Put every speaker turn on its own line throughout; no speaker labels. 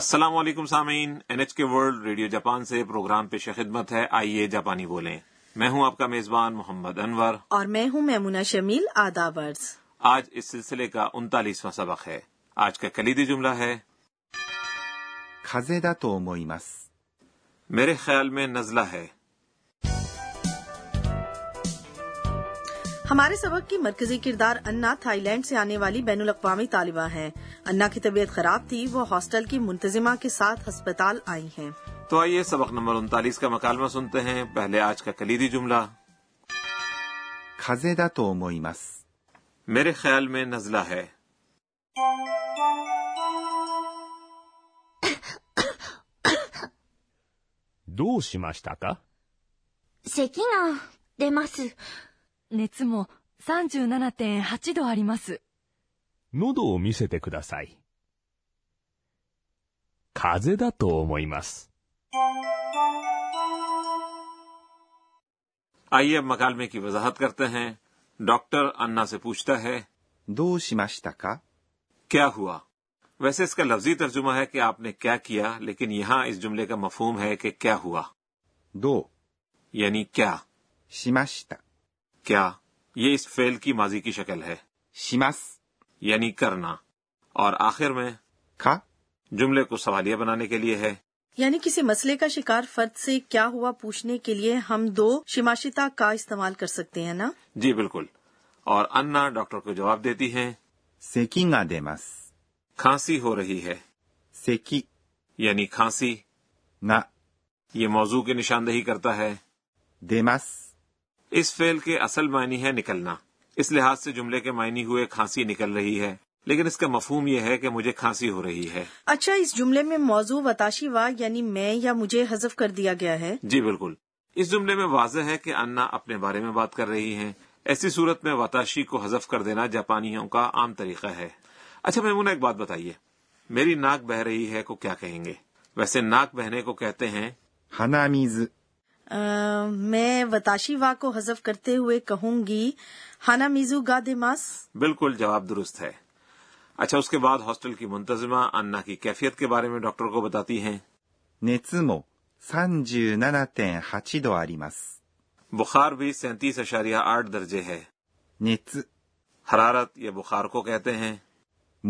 السلام علیکم سامعین N H K world radio Japan سے پروگرام پیش خدمت ہے آئیے جاپانی بولیں میں ہوں آپ کا میزبان محمد انور
اور میں ہوں میمونہ شمیل آدابرز
آج اس سلسلے کا انتالیسواں سبق ہے آج کا کلیدی جملہ ہے
風邪だと思います。
میرے خیال میں نزلہ ہے
ہمارے سبق کی مرکزی کردار انا تھائی لینڈ سے آنے والی بین الاقوامی طالبہ ہیں انا کی طبیعت خراب تھی وہ ہاسٹل کی منتظمہ کے ساتھ ہسپتال آئی ہیں
تو آئیے سبق نمبر انتالیس کا مکالمہ سنتے ہیں پہلے آج کا کلیدی جملہ
風邪だと思います。
میرے خیال میں نزلہ ہے
どうしましたか
咳が出ます。
熱も37.8度あります。
喉を見せてください。風邪だと思います。
آئیے اب مکالمے کی وضاحت کرتے ہیں ڈاکٹر انا سے پوچھتا ہے
どうしましたか
کیا ہوا ویسے اس کا لفظی ترجمہ ہے کہ آپ نے کیا کیا لیکن یہاں اس جملے کا مفہوم ہے کہ کیا ہوا
どう
یعنی کیا
しました。
کیا یہ اس فعل کی ماضی کی شکل ہے
します。
یعنی کرنا اور آخر میں
か
جملے کو سوالیہ بنانے کے لیے ہے
یعنی کسی مسئلے کا شکار فرد سے کیا ہوا پوچھنے کے لیے ہم دو شماشتا کا استعمال کر سکتے ہیں نا
جی بالکل اور انا ڈاکٹر کو جواب دیتی ہیں
咳が出ます。
کھانسی ہو رہی ہے
咳
یعنی کھانسی
が
یہ موضوع کی نشاندہی کرتا ہے
出ます。
اس فعل کے اصل معنی ہے نکلنا اس لحاظ سے جملے کے معنی ہوئے کھانسی نکل رہی ہے لیکن اس کا مفہوم یہ ہے کہ مجھے کھانسی ہو رہی ہے
اچھا اس جملے میں موضوع وتاشی وا یعنی میں یا مجھے حذف کر دیا گیا ہے
جی بالکل اس جملے میں واضح ہے کہ انا اپنے بارے میں بات کر رہی ہیں ایسی صورت میں واتاشی کو حذف کر دینا جاپانیوں کا عام طریقہ ہے اچھا میمونہ ایک بات بتائیے میری ناک بہ رہی ہے کو کیا کہیں گے ویسے ناک بہنے کو کہتے ہیں
鼻水。
آ، میں وتاشی وا کو حذف کرتے ہوئے کہوں گی ہانا میزو گا دے ماس
بالکل جواب درست ہے اچھا اس کے بعد ہاسٹل کی منتظمہ انا کی کیفیت کے بارے میں ڈاکٹر کو بتاتی ہیں
熱も37.8度あります。
بخار بھی سینتیس اشاریہ آٹھ درجے ہے
熱
حرارت یا بخار کو کہتے ہیں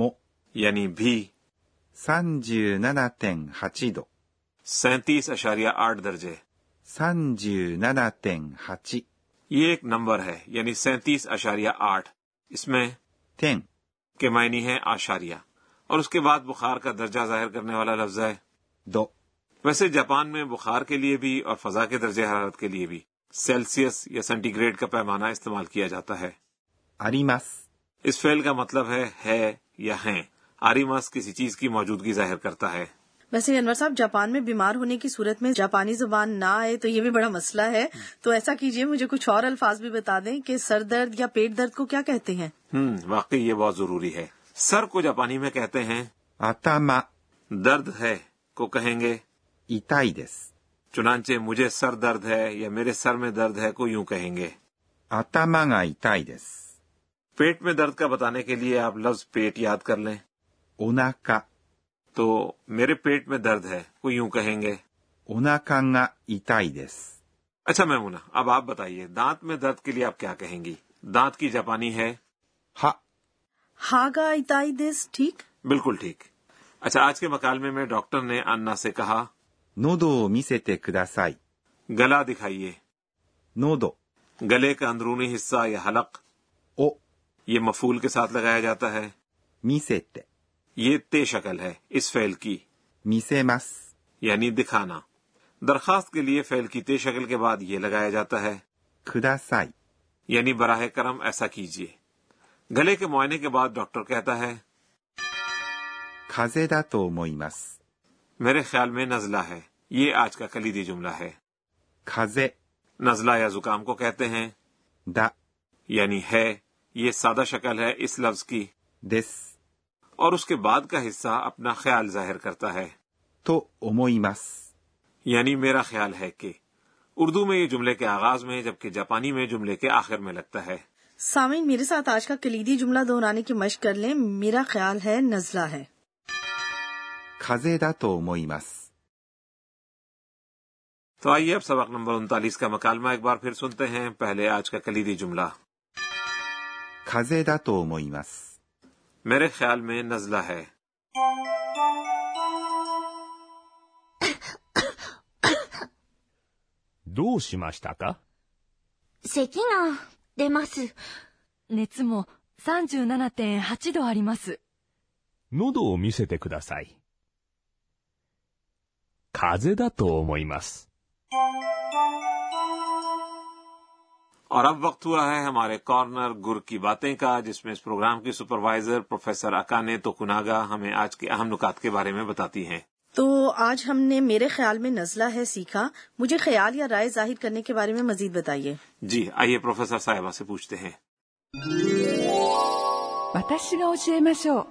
も
یعنی بھی
37.8度。
سینتیس اشاریہ آٹھ درجے
37.8
یہ ایک نمبر ہے یعنی سینتیس اشاریہ آٹھ اس میں
点
کے معنی ہے آشاریہ اور اس کے بعد بخار کا درجہ ظاہر کرنے والا لفظ ہے
度。
ویسے جاپان میں بخار کے لیے بھی اور فضا کے درجہ حرارت کے لیے بھی سیلسیس یا سینٹی گریڈ کا پیمانہ استعمال کیا جاتا ہے
あります。
اس فعل کا مطلب ہے ہے یا ہیں آریماس کسی چیز کی موجودگی ظاہر کرتا ہے
ویسے انور صاحب جاپان میں بیمار ہونے کی صورت میں جاپانی زبان نہ آئے تو یہ بھی بڑا مسئلہ ہے تو ایسا کیجئے مجھے کچھ اور الفاظ بھی بتا دیں کہ سر درد یا پیٹ درد کو کیا کہتے ہیں
ہوں واقعی یہ بہت ضروری ہے سر کو جاپانی میں کہتے ہیں
頭、
درد ہے کو کہیں گے
痛いです。
چنانچہ مجھے سر درد ہے یا میرے سر میں درد ہے کو یوں کہیں گے
頭が痛いです。
پیٹ میں درد کا بتانے کے لیے آپ لفظ پیٹ یاد کر لیں
お腹、
تو میرے پیٹ میں درد ہے کو یوں کہیں گے
お腹が痛いです。
اچھا میمونہ اب آپ بتائیے دانت میں درد کے لیے آپ کیا کہیں گی دانت کی جاپانی ہے
歯、
ہاگا اتائی دس ٹھیک
بالکل ٹھیک اچھا آج کے مکالمے میں ڈاکٹر نے انا سے کہا
喉を見せてください。
گلا دکھائیے
喉
گلے کا اندرونی حصہ یا حلق
を
یہ مفول کے ساتھ لگایا جاتا ہے
見せて、
یہ تے شکل ہے اس فعل کی
見せます。
یعنی دکھانا درخواست کے لیے فعل کی تے شکل کے بعد یہ لگایا جاتا ہے
ください。
یعنی براہ کرم ایسا کیجیے گلے کے معائنے کے بعد ڈاکٹر کہتا ہے
風邪だと思います。
میرے خیال میں نزلہ ہے یہ آج کا کلیدی جملہ ہے
風邪
نزلہ یا زکام کو کہتے ہیں
だ
یعنی ہے یہ سادہ شکل ہے اس لفظ کی
です。
اور اس کے بعد کا حصہ اپنا خیال ظاہر کرتا ہے
と思います。
یعنی میرا خیال ہے کہ اردو میں یہ جملے کے آغاز میں جبکہ جاپانی میں جملے کے آخر میں لگتا ہے
سامعین میرے ساتھ آج کا کلیدی جملہ دہرانے کی مشق کر لیں میرا خیال ہے نزلہ ہے
風邪だと思います。
تو آئیے اب سبق نمبر انتالیس کا مکالمہ ایک بار پھر سنتے ہیں پہلے آج کا کلیدی جملہ
風邪だと思います。
میرے خیال میں نزلہ ہے
どうしましたか
咳が出ます。
熱も37.8度あります。
喉を見せてください。風邪だと思います。
اور اب وقت ہوا ہے ہمارے کارنر گر کی باتیں کا جس میں اس پروگرام کی سپروائزر پروفیسر اکانے تو کناگا ہمیں آج کے اہم نکات کے بارے میں بتاتی ہیں
تو آج ہم نے میرے خیال میں نزلہ ہے سیکھا مجھے خیال یا رائے ظاہر کرنے کے بارے میں مزید بتائیے
جی آئیے پروفیسر صاحبہ سے پوچھتے ہیں
私が教えましょう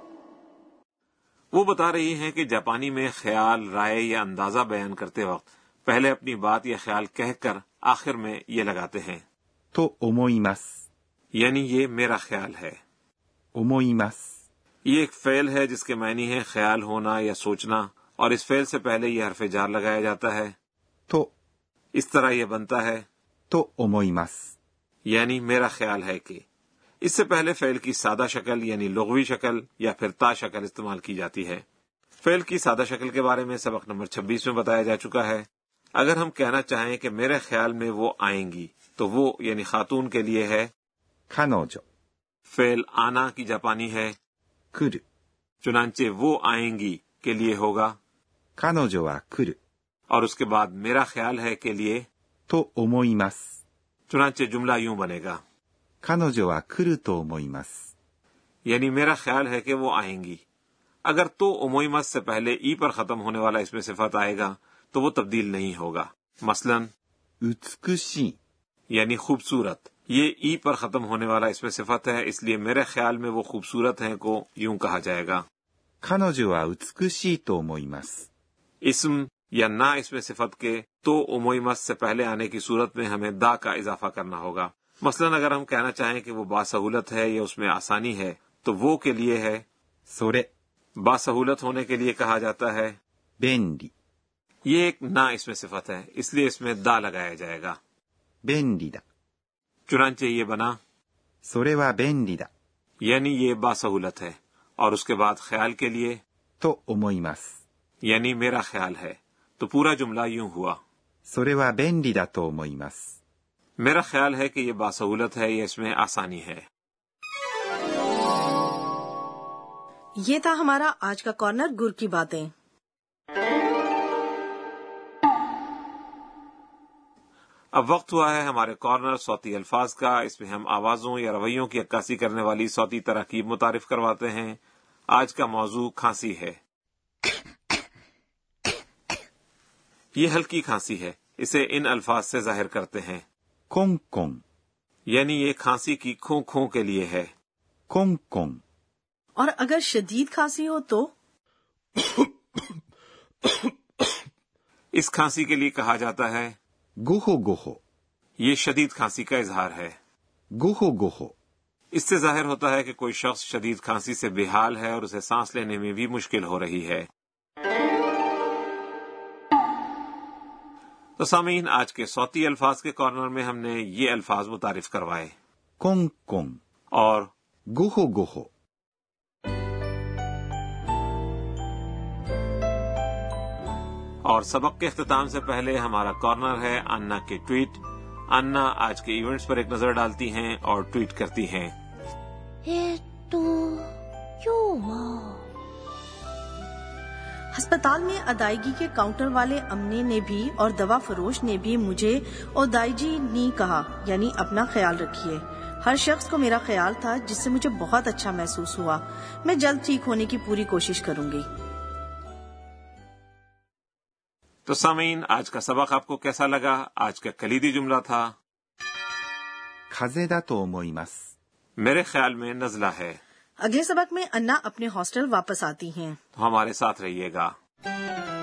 وہ بتا رہی ہیں کہ جاپانی میں خیال رائے یا اندازہ بیان کرتے وقت پہلے اپنی بات یا خیال کہہ کر آخر میں یہ لگاتے ہیں
と思います。
یعنی یہ میرا خیال ہے
思います。
یہ ایک فعل ہے جس کے معنی ہے خیال ہونا یا سوچنا اور اس فعل سے پہلے یہ حرف جار لگایا جاتا ہے
と、
اس طرح یہ بنتا ہے
と思います。
یعنی میرا خیال ہے کہ اس سے پہلے فعل کی سادہ شکل یعنی لغوی شکل یا پھر تا شکل استعمال کی جاتی ہے فعل کی سادہ شکل کے بارے میں سبق نمبر 26 میں بتایا جا چکا ہے اگر ہم کہنا چاہیں کہ میرے خیال میں وہ آئیں گی تو وہ یعنی خاتون کے لیے ہے
彼女、
فعل آنا کی جاپانی ہے
来る。
چنانچہ وہ آئیں گی کے لیے ہوگا
彼女は来る。
اور اس کے بعد میرا خیال ہے کے لیے
と思います。
چنانچہ جملہ یوں بنے گا
彼女は来ると思います。
یعنی میرا خیال ہے کہ وہ آئیں گی اگر تو اموئمت سے پہلے ای پر ختم ہونے والا اس میں صفت آئے گا تو وہ تبدیل نہیں ہوگا مثلا
美しい、
یعنی خوبصورت یہ ای پر ختم ہونے والا اس میں صفت ہے اس لیے میرے خیال میں وہ خوبصورت ہیں کو یوں کہا جائے گا
彼女は美しいと思います。
اسم یا نا اس میں صفت کے تو اموئمت سے پہلے آنے کی صورت میں ہمیں دا کا اضافہ کرنا ہوگا مثلا اگر ہم کہنا چاہیں کہ وہ باسہولت ہے یا اس میں آسانی ہے تو وہ کے لیے ہے
それ、
باسہولت ہونے کے لیے کہا جاتا ہے
便利、
یہ ایک نا اس میں صفت ہے اس لیے اس میں دا لگایا جائے گا
便利だ。
چنانچہ یہ بنا
それは便利だ。
یعنی یہ باسہولت ہے اور اس کے بعد خیال کے لیے
と思います。
یعنی میرا خیال ہے تو پورا جملہ یوں ہوا
それは便利だと思います。
میرا خیال ہے کہ یہ باسہولت ہے یا اس میں آسانی ہے
یہ تھا ہمارا آج کا کارنر گر کی باتیں
اب وقت ہوا ہے ہمارے کارنر صوتی الفاظ کا اس میں ہم آوازوں یا رویوں کی عکاسی کرنے والی صوتی تراکیب متعارف کرواتے ہیں آج کا موضوع کھانسی ہے یہ ہلکی کھانسی ہے اسے ان الفاظ سے ظاہر کرتے ہیں
コンコン、
یعنی یہ کھانسی کی کھوں کھوں کے لیے ہے
コンコン、
اور اگر شدید کھانسی ہو تو
اس کھانسی کے لیے کہا جاتا ہے
ごほごほ、
یہ شدید کھانسی کا اظہار ہے
ごほごほ、
اس سے ظاہر ہوتا ہے کہ کوئی شخص شدید کھانسی سے بے حال ہے اور اسے سانس لینے میں بھی مشکل ہو رہی ہے تو سامعین آج کے صوتی الفاظ کے کارنر میں ہم نے یہ الفاظ متعارف کروائے
コンコン、
اور
ごほごほ、
اور سبق کے اختتام سے پہلے ہمارا کارنر ہے انا کے ٹویٹ انا آج کے ایونٹس پر ایک نظر ڈالتی ہیں اور ٹویٹ کرتی ہیں
えーっと、今日は、
ہسپتال میں ادائیگی کے کاؤنٹر والے امنے نے بھی اور دوا فروش نے بھی مجھے اور دائی جی نی کہا یعنی اپنا خیال رکھیے ہر شخص کو میرا خیال تھا جس سے مجھے بہت اچھا محسوس ہوا میں جلد ٹھیک ہونے کی پوری کوشش کروں گی
تو سامعین آج کا سبق آپ کو کیسا لگا آج کا کلیدی جملہ تھا
風邪だと思います。
میرے خیال میں نزلہ ہے
اگلے سبق میں انا اپنے ہاسٹل واپس آتی ہیں
تو ہمارے ساتھ رہیے گا